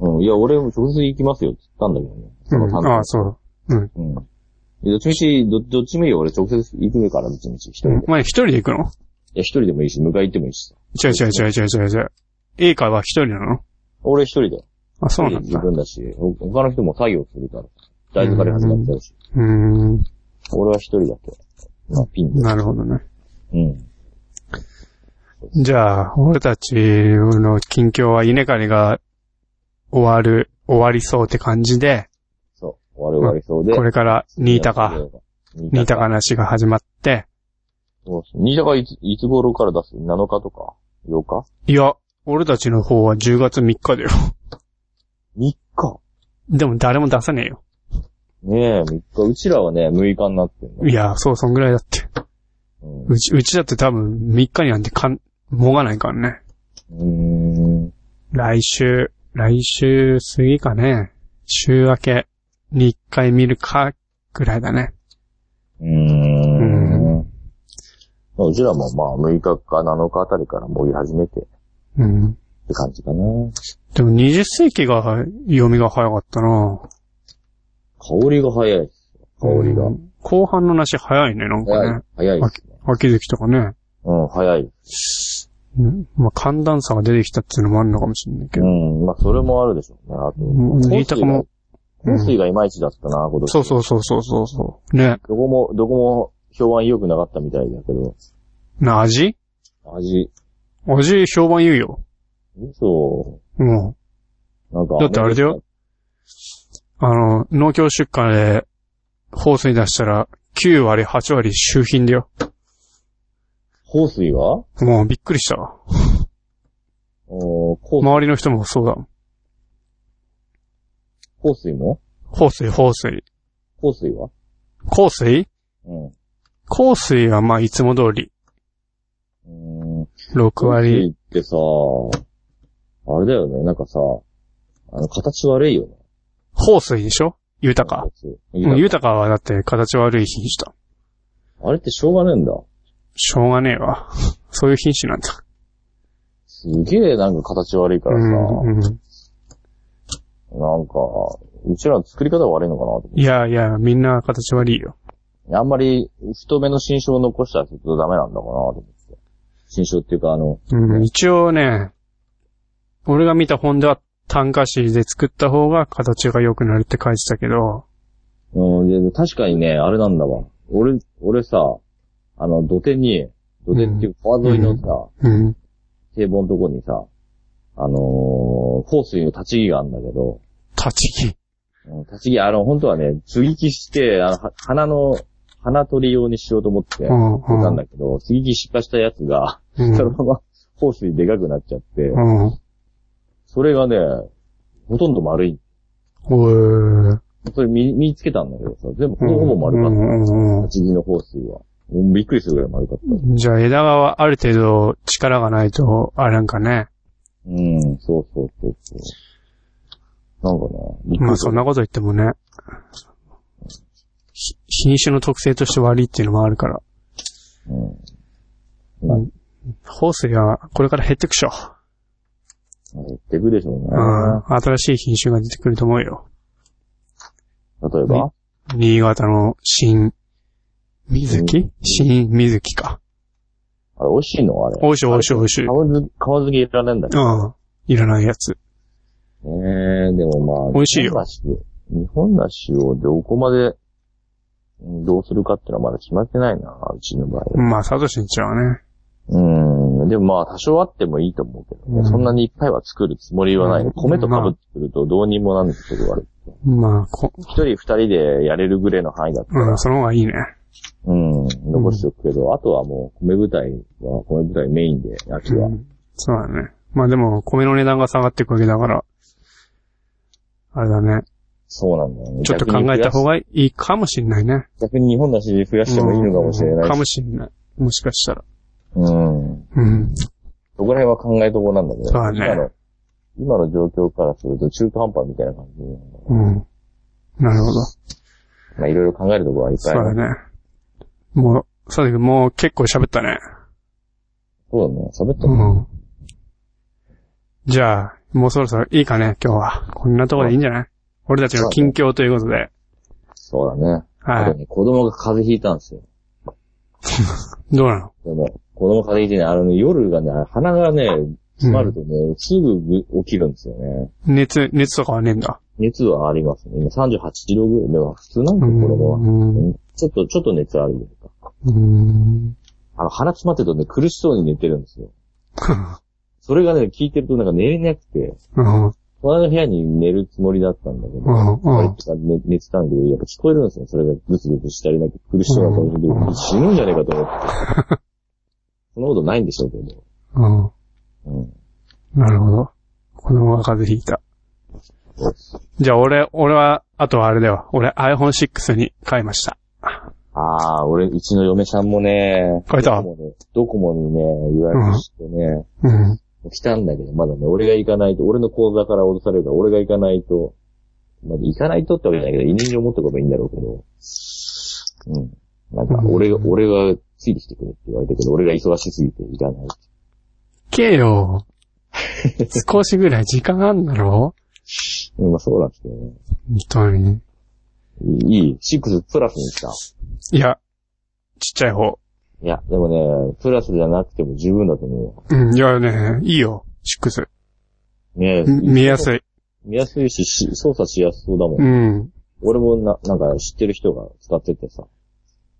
Speaker 3: うん。いや、俺、直接行きますよって言ったんだけどね。その
Speaker 2: うん、ああ、そう。
Speaker 3: うん。どっちみち、どどっちもいいよ。俺直接行くから、どっちみち。一人
Speaker 2: う
Speaker 3: で。
Speaker 2: ん
Speaker 3: い。
Speaker 2: まあ、一人で行くの
Speaker 3: や、一人でもいいし、迎え行ってもいいしさ。
Speaker 2: 違う違う違う違う違う違う。A 会は一人なの
Speaker 3: 俺一人だよ。
Speaker 2: あ、そうなん
Speaker 3: 自
Speaker 2: だ。
Speaker 3: 分だし、ほ他の人も作業するから。大豆から始まっちゃうし。
Speaker 2: うーん。
Speaker 3: 俺は一人だけ。まあ、ピンで。
Speaker 2: なるほどね。
Speaker 3: うん。
Speaker 2: じゃあ、俺たちの近況は稲刈りが終わる、終わりそうって感じで、
Speaker 3: そう。終わり終わりそうで。
Speaker 2: これから新高、。新
Speaker 3: 新
Speaker 2: 高梨が始まって、
Speaker 3: そうですね新高いつ、いつ頃から出す ?7 日とか ?8 日
Speaker 2: いや、俺たちの方は10月3日だよ。
Speaker 3: ?3 日
Speaker 2: でも誰も出さねえよ。
Speaker 3: ねえ、3日。うちらはね、6日になってんの。
Speaker 2: いや、そう、そんぐらいだって。
Speaker 3: うん
Speaker 2: うち、うちだって多分3日になんてかん、もがないからね。
Speaker 3: うーん。
Speaker 2: 来週、来週過ぎかね。週明けに一回見るか、ぐらいだね。
Speaker 3: うーん
Speaker 2: う
Speaker 3: まあうちらもまあ6日か7日あたりからもう言い始めてっ
Speaker 2: うん。
Speaker 3: て感じかな。
Speaker 2: でも20世紀が読みが早かったな
Speaker 3: 香りが早いですよ。香りが
Speaker 2: う。ん後半の梨早いね、なん
Speaker 3: 早
Speaker 2: か
Speaker 3: い
Speaker 2: ね。。
Speaker 3: 早いですね。
Speaker 2: 秋月とかね。
Speaker 3: うん、早い。
Speaker 2: うんまあ、寒暖差が出てきたっていうのもあるのかもしれないけ
Speaker 3: う
Speaker 2: ど。
Speaker 3: ん、まあそれもあるでしょうね。あと、
Speaker 2: うん新高も
Speaker 3: 香水がいまいちだったな、今年。
Speaker 2: そうそうそうそうそうそう。ね。
Speaker 3: どこも、どこも評判良くなかったみたいだけど、
Speaker 2: な、味
Speaker 3: 味、
Speaker 2: 味評判言うよ。
Speaker 3: 嘘。
Speaker 2: うん。
Speaker 3: なんか。
Speaker 2: だってあれだよ。あの、農協出荷で、放水出したら、9割、8割、周品だよ。
Speaker 3: 香水は
Speaker 2: もうびっくりしたわ。
Speaker 3: おー香水
Speaker 2: 周りの人もそうだもん。
Speaker 3: 香水も
Speaker 2: 香水、香水。
Speaker 3: 香水は
Speaker 2: 香水
Speaker 3: うん。
Speaker 2: 香水はまあいつも通り。
Speaker 3: うーん。
Speaker 2: 6割。
Speaker 3: 香水ってさ、あれだよね、なんかさ、あの、形悪いよね。
Speaker 2: 香水でしょ豊か。。うん、豊かはだって形悪い品種だ。
Speaker 3: あれってしょうがねえんだ。
Speaker 2: しょうがねえわ。そういう品種なんだ。
Speaker 3: すげえなんか形悪いからさ、
Speaker 2: うん、うん。
Speaker 3: なんか、うちらの作り方が悪いのかなと思って
Speaker 2: いやいや、みんな形悪いよ。
Speaker 3: あんまり太めの新種を残したらちょっとダメなんだかなと思って。新種っていうか、あの、
Speaker 2: うん、一応ね、俺が見た本では単価紙で作った方が形が良くなるって書いてたけど、
Speaker 3: うん、で確かにね、あれなんだわ。俺、俺さ、あの、土手に、土手っていう川沿いのさ、
Speaker 2: うん。
Speaker 3: 堤防のとこにさ、あのー、香水の立ち木があるんだけど、
Speaker 2: 立ち木。
Speaker 3: うん立ち木、あの、本当はね、継ぎ木して、あの、は花の、花取り用にしようと思って、
Speaker 2: う
Speaker 3: やっ
Speaker 2: ん、
Speaker 3: た
Speaker 2: うん
Speaker 3: だけど、継ぎ木失敗したやつが、
Speaker 2: ん。
Speaker 3: そのまま香水でかくなっちゃって、
Speaker 2: うん。
Speaker 3: それがね、ほとんど丸い。
Speaker 2: うん。う
Speaker 3: それ見、見つけたんだけどさ、全部、ほ
Speaker 2: ん。
Speaker 3: ぼ丸か
Speaker 2: う
Speaker 3: っ
Speaker 2: んうん
Speaker 3: た。立ち木の香水は。もうびっくりするぐらい丸かった。
Speaker 2: うんじゃあ枝がある程度力がないと、あれなんかね。
Speaker 3: うん、そうそうそうそう。なんかね、びっく
Speaker 2: まあ
Speaker 3: りす
Speaker 2: そん
Speaker 3: る。
Speaker 2: なこと言ってもね。ひ品種の特性として悪いっていうのもあるから。
Speaker 3: うん。まあ、
Speaker 2: ホースがこれから減ってくっしょ。
Speaker 3: 減ってくでしょうね
Speaker 2: う。ん。新しい品種が出てくると思うよ。
Speaker 3: 例えば、
Speaker 2: 新潟の新、水木新水木か。
Speaker 3: あれ、美味しいのあれ。
Speaker 2: おいしいおいしいおいしい。
Speaker 3: 皮漬け、皮漬けいらねえんだけど。
Speaker 2: うん。いらないやつ。
Speaker 3: ええでもまあ、
Speaker 2: 美味しいよ
Speaker 3: 日本梨。日本梨をどこまで、うんどうするかってのはまだ決まってないな、うちの場合は。
Speaker 2: まあ、サトシんちゃうね。
Speaker 3: うん。でもまあ、多少あってもいいと思うけどね。
Speaker 2: うん
Speaker 3: そんなにいっぱいは作るつもりはない。
Speaker 2: うん
Speaker 3: 米とかぶってくるとどうにもなんですけど、あれ。
Speaker 2: まあ、こ、
Speaker 3: 一人二人でやれるぐらいの範囲だった
Speaker 2: う
Speaker 3: ら
Speaker 2: ん、、その方がいいね。
Speaker 3: うん、残しておくけど、あとはもう、米舞台は、米舞台メインで、秋
Speaker 2: う
Speaker 3: は。
Speaker 2: ん。そうだね。まあでも、米の値段が下がっていくわけだから、あれだね。
Speaker 3: そうなんだよね。
Speaker 2: ちょっと考えた方
Speaker 3: が
Speaker 2: がいいかもしんないね。
Speaker 3: 逆に日本だし増やしてもいいのかもしれ
Speaker 2: うん
Speaker 3: な
Speaker 2: か
Speaker 3: いし。
Speaker 2: もしんない。もしかしたら。
Speaker 3: うん。
Speaker 2: うん。
Speaker 3: そこら辺は考えどころなんだけど。
Speaker 2: そうだね
Speaker 3: 今の、今の状況からすると中途半端みたいな感じになるんだよ。
Speaker 2: うん。なるほど。
Speaker 3: まあ、いろいろ考えるところはいっぱ
Speaker 2: そう
Speaker 3: いあ
Speaker 2: だ
Speaker 3: る。
Speaker 2: ね。もう、サトシ君もう結構喋ったね。
Speaker 3: そうだね。喋った
Speaker 2: う
Speaker 3: ね
Speaker 2: ん。じゃあ、もうそろそろいいかね、今日は。こんなところでいいんじゃない俺たちの近況ということで。
Speaker 3: そうだね。あ
Speaker 2: は
Speaker 3: とね、子供が風邪ひいたんですよ。
Speaker 2: い。どうなの
Speaker 3: でも、子供風邪ひいてね、あのね、夜がね、鼻がね、詰まるとね、すぐぐ起きるんですよね。
Speaker 2: 熱、熱とかはねえんだ。
Speaker 3: 熱はありますね。今38度ぐらい。でも普通なん
Speaker 2: う
Speaker 3: だよ、子供は。
Speaker 2: ん。
Speaker 3: うんちょっと、ちょっと熱あるよりか。
Speaker 2: うん。
Speaker 3: あの、鼻詰まってるとね、苦しそうに寝てるんですよ。それがね、聞いてるとなんか寝れなくて、
Speaker 2: うん。
Speaker 3: 隣の部屋に寝るつもりだったんだけど、
Speaker 2: うんうん
Speaker 3: あれとか寝寝てたんだけど、やっぱ聞こえるんですよ。それがぐつぐつしたりなんか苦しそうな顔して
Speaker 2: うんうん
Speaker 3: る。死ぬんじゃねえかと思って。 そんなことないんでしょうけど。
Speaker 2: うん。
Speaker 3: うん。
Speaker 2: なるほど。子供が風邪ひいた。じゃあ俺、俺は、あとはあれだよ。俺 iPhone6 に買いました。
Speaker 3: ああ、俺、うちの嫁さんもね、
Speaker 2: 書い
Speaker 3: ド
Speaker 2: た
Speaker 3: コモねドコモにね、予約してね、
Speaker 2: うん。
Speaker 3: 来たんだけど、まだね、俺が行かないと、俺の口座から脅されるから、俺が行かないと、まあ、行かないとってわけじゃないけど、犬に思っておけばいいんだろうけど、うん。なんか、俺が、俺がついてきてくれって言われたけど、俺が忙しすぎて行かない。
Speaker 2: けよ。少しぐらい時間あんだろ
Speaker 3: うん、まあそうなんですけどね。
Speaker 2: 本当に。
Speaker 3: いいいい、6プラスにした。
Speaker 2: いや、ちっちゃい方。
Speaker 3: いや、でもね、プラスじゃなくても十分だと思うよ。
Speaker 2: うん、いやね、いいよ、6。
Speaker 3: ね
Speaker 2: 見やす
Speaker 3: い。
Speaker 2: い。
Speaker 3: 見やすいし、し操作しやすそうだもん
Speaker 2: う。ん。
Speaker 3: 俺もな、なんか知ってる人が使っててさ、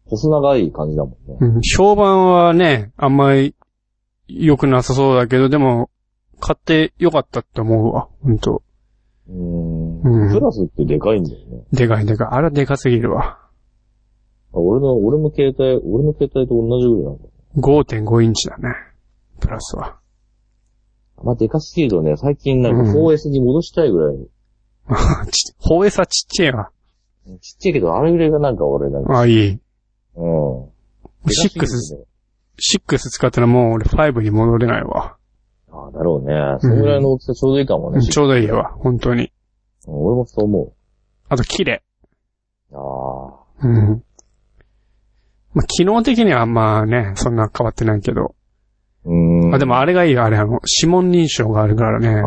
Speaker 3: 細長い感じだもんね。
Speaker 2: うん評判はね、あんまり良くなさそうだけど、でも、買って良かったって思うわ。ほんと。
Speaker 3: うー。
Speaker 2: うんん
Speaker 3: プラスってでかいんだよね。
Speaker 2: でかいでかい。あれはでかすぎるわ。
Speaker 3: 俺の、俺も携帯、俺の携帯と同じぐらいなんだ。
Speaker 2: 5.5インチだね。プラスは。
Speaker 3: まあ、でかすぎるとね、最近なん
Speaker 2: う
Speaker 3: か
Speaker 2: ん
Speaker 3: 4S に戻したいぐらい
Speaker 2: ち放映さちっちゃいわ。
Speaker 3: ちっちゃいけど、あれぐらいがなんか俺なんか。
Speaker 2: あ、いい。
Speaker 3: うん。
Speaker 2: シックス。6使ったらもう俺5に戻れないわ。
Speaker 3: ああ、だろうね。そのぐらいの大きさちょうどいいかもね。
Speaker 2: ちょうどいいわ、本当に。
Speaker 3: うん俺もそう思
Speaker 2: あと、綺麗。
Speaker 3: う。あ
Speaker 2: うん。まあ、機能的にはまあね、そんな変わってないけど。
Speaker 3: あ。うん。
Speaker 2: あ、でもあれがいいよ、あれ、あの、指紋認証があるからね
Speaker 3: あ。あ、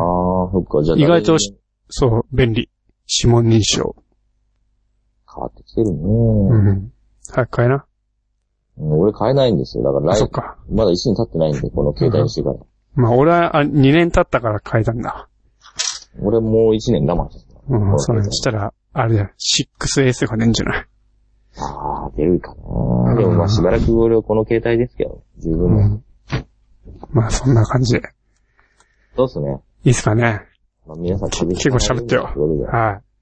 Speaker 3: そっか、じゃあ。
Speaker 2: 意外としそう、便利。指紋認証。
Speaker 3: 変わってきてるね。
Speaker 2: うん。早く変えな。
Speaker 3: うん俺買えないんですよ。だから
Speaker 2: あ、
Speaker 3: 来
Speaker 2: そっか。
Speaker 3: まだ一年経ってないんで、この携帯にしてから。
Speaker 2: まあ、俺はあ2年経ったから変えたんだ。
Speaker 3: 俺もう一年我慢してた。
Speaker 2: う
Speaker 3: こ
Speaker 2: ん、
Speaker 3: の
Speaker 2: そう
Speaker 3: 携
Speaker 2: ね。したら、あれだよ、6S が出んじゃない。
Speaker 3: 帯ああ、出るかな。でもまあしばらく俺はこの携帯ですけど、十
Speaker 2: う
Speaker 3: 分だ。
Speaker 2: ん。まあ、そんな感じで。
Speaker 3: そうっすね。
Speaker 2: いいっすかね。
Speaker 3: まあ皆さん
Speaker 2: 結構喋ってよはい。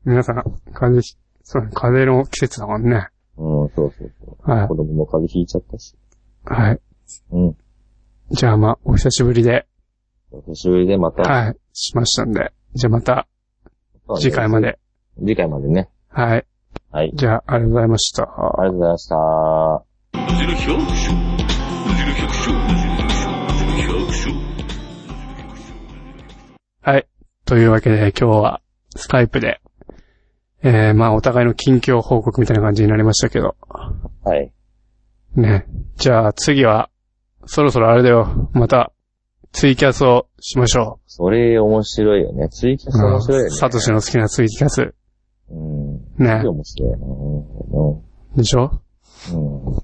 Speaker 2: 皆さん、風邪、そう、風邪の季節だもんね。
Speaker 3: うん、そうそうそう。
Speaker 2: はい
Speaker 3: 子。供も風邪ひいちゃったし。
Speaker 2: はい。
Speaker 3: うん。
Speaker 2: じゃあまあ、お久しぶりで、
Speaker 3: お久しぶりでまた、
Speaker 2: はい、しましたんで。じゃあまた、次回ま。で。
Speaker 3: 次回までね。
Speaker 2: はい。
Speaker 3: はい。
Speaker 2: じゃあ、ありがとうございました。
Speaker 3: ありがとうございました。
Speaker 1: Zero shock show. Zero shock show. Zero shock show.
Speaker 2: はい。というわけで、今日は、スカイプで、えー、まあ、お互いの近況報告みたいな感じになりましたけど。
Speaker 3: はい。
Speaker 2: ね。じゃあ、次は、そろそろあれだよ。また、ツイキャスをしましょ
Speaker 3: それ面白いよね。ツイキャ
Speaker 2: う。
Speaker 3: ス面白いよ
Speaker 2: う
Speaker 3: ね
Speaker 2: ん。サトシの好きなツイキャス。
Speaker 3: うん。
Speaker 2: ね
Speaker 3: すげえ。面白いな。う
Speaker 2: でしょ
Speaker 3: ん。うん。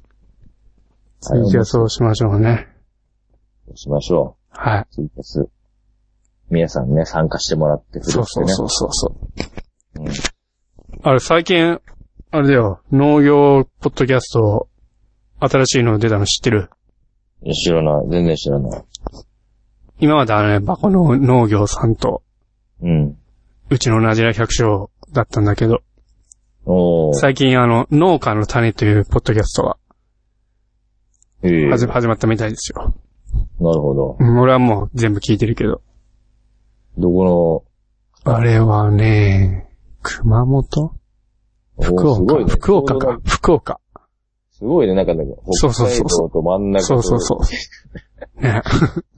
Speaker 2: ツイキャスをしましょうね。
Speaker 3: しましょ
Speaker 2: はい。
Speaker 3: う。ツイキャス。皆さんね、参加してもらって、。
Speaker 2: そうそうそううそうそう、
Speaker 3: うん
Speaker 2: あれ、最近、あれだよ、農業ポッドキャスト、新しいの出たの知ってる
Speaker 3: 知らない。全然知らない。
Speaker 2: 今まであのね、バコの農業さんと、
Speaker 3: うん。
Speaker 2: うちのナジラ百姓だったんだけど、
Speaker 3: おー。
Speaker 2: 最近あの、農家の種というポッドキャストが
Speaker 3: ええな
Speaker 2: 始
Speaker 3: る
Speaker 2: 始まったみたいですよ。
Speaker 3: ほど。
Speaker 2: うん俺はもう全部聞いてるけど。
Speaker 3: どこ
Speaker 2: あれはね、熊本
Speaker 3: の、
Speaker 2: 福
Speaker 3: おーすご
Speaker 2: 岡、
Speaker 3: いね。
Speaker 2: 福岡か。福岡。
Speaker 3: すごいね、なんか、なんか
Speaker 2: そう
Speaker 3: 北
Speaker 2: そう
Speaker 3: 海
Speaker 2: そうそ
Speaker 3: 道と真ん中と、
Speaker 2: そうそうそう。ね、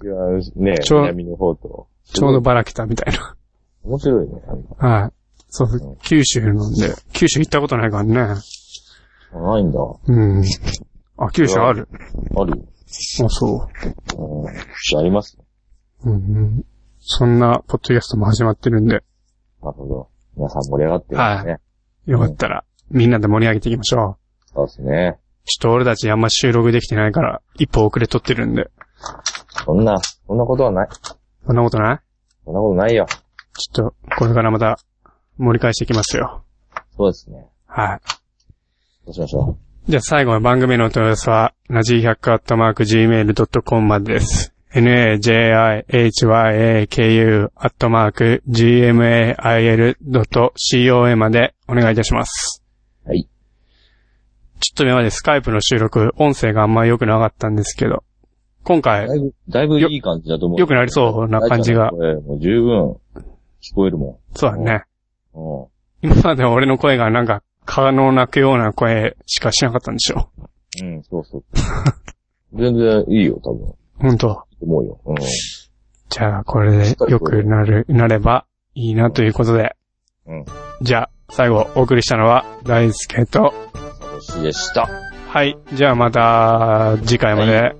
Speaker 3: う。ね、
Speaker 2: ちょう
Speaker 3: 南の方と。
Speaker 2: ちょうどばらけたみたいな。
Speaker 3: 面白いね。
Speaker 2: はい。そう、九州なんで、九州行ったことないからね。
Speaker 3: あないんだ。
Speaker 2: うん。あ、九州ある。
Speaker 3: あるよ。
Speaker 2: あ、そ
Speaker 3: うん。あります。
Speaker 2: う。うんうん。そんな、ポッドキャストも始まってるんで、
Speaker 3: なるほど。皆さん盛り上がってるんですね。
Speaker 2: よかったら、みんなで盛り上げていきましょう。
Speaker 3: そうですね。
Speaker 2: ちょっと俺たちあんま収録できてないから、一歩遅れとってるんで。
Speaker 3: そんな、そんなことはない。
Speaker 2: そんなことない
Speaker 3: そんなことないよ。
Speaker 2: ちょっと、これからまた、盛り返していきますよ。
Speaker 3: そうですね。
Speaker 2: はい。
Speaker 3: どうしましょ
Speaker 2: じゃあ最後の番組のお問い合わせは、なじ100 at mark gmail.com までです。najihyaku at mark gmail.com までお願いいたします。
Speaker 3: う。はい。
Speaker 2: ちょっと今までスカイプの収録、音声があんま良くなかったんですけど、今回
Speaker 3: だ、いぶ、だいぶいい感じだと思う。
Speaker 2: 良くなりそうな感じ
Speaker 3: 大、
Speaker 2: が
Speaker 3: 丈夫だこれもう十分、聞こえるも
Speaker 2: そうだね。
Speaker 3: ん。
Speaker 2: 今まで俺の声がなんか、可能なくような声しかしなかったんでしょ。
Speaker 3: うん。うん、そう そう。全然いいよ、多分。
Speaker 2: 本当
Speaker 3: 思うよ。うん。
Speaker 2: じゃあ、これで良くなる、なればいいなということで。
Speaker 3: うん。
Speaker 2: じゃあ、最後お送りしたのは、大輔と。
Speaker 3: サトシでした。は
Speaker 2: はい。じゃあまた、次回まで。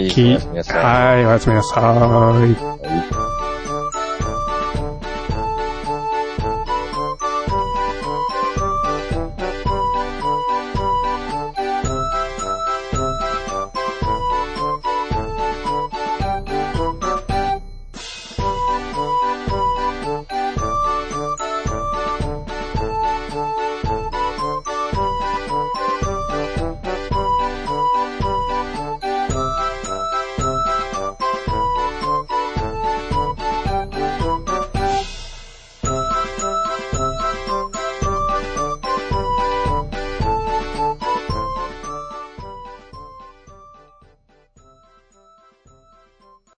Speaker 3: い。
Speaker 2: き
Speaker 3: おやすみなさい
Speaker 2: はい、おやすみなさい。
Speaker 3: はい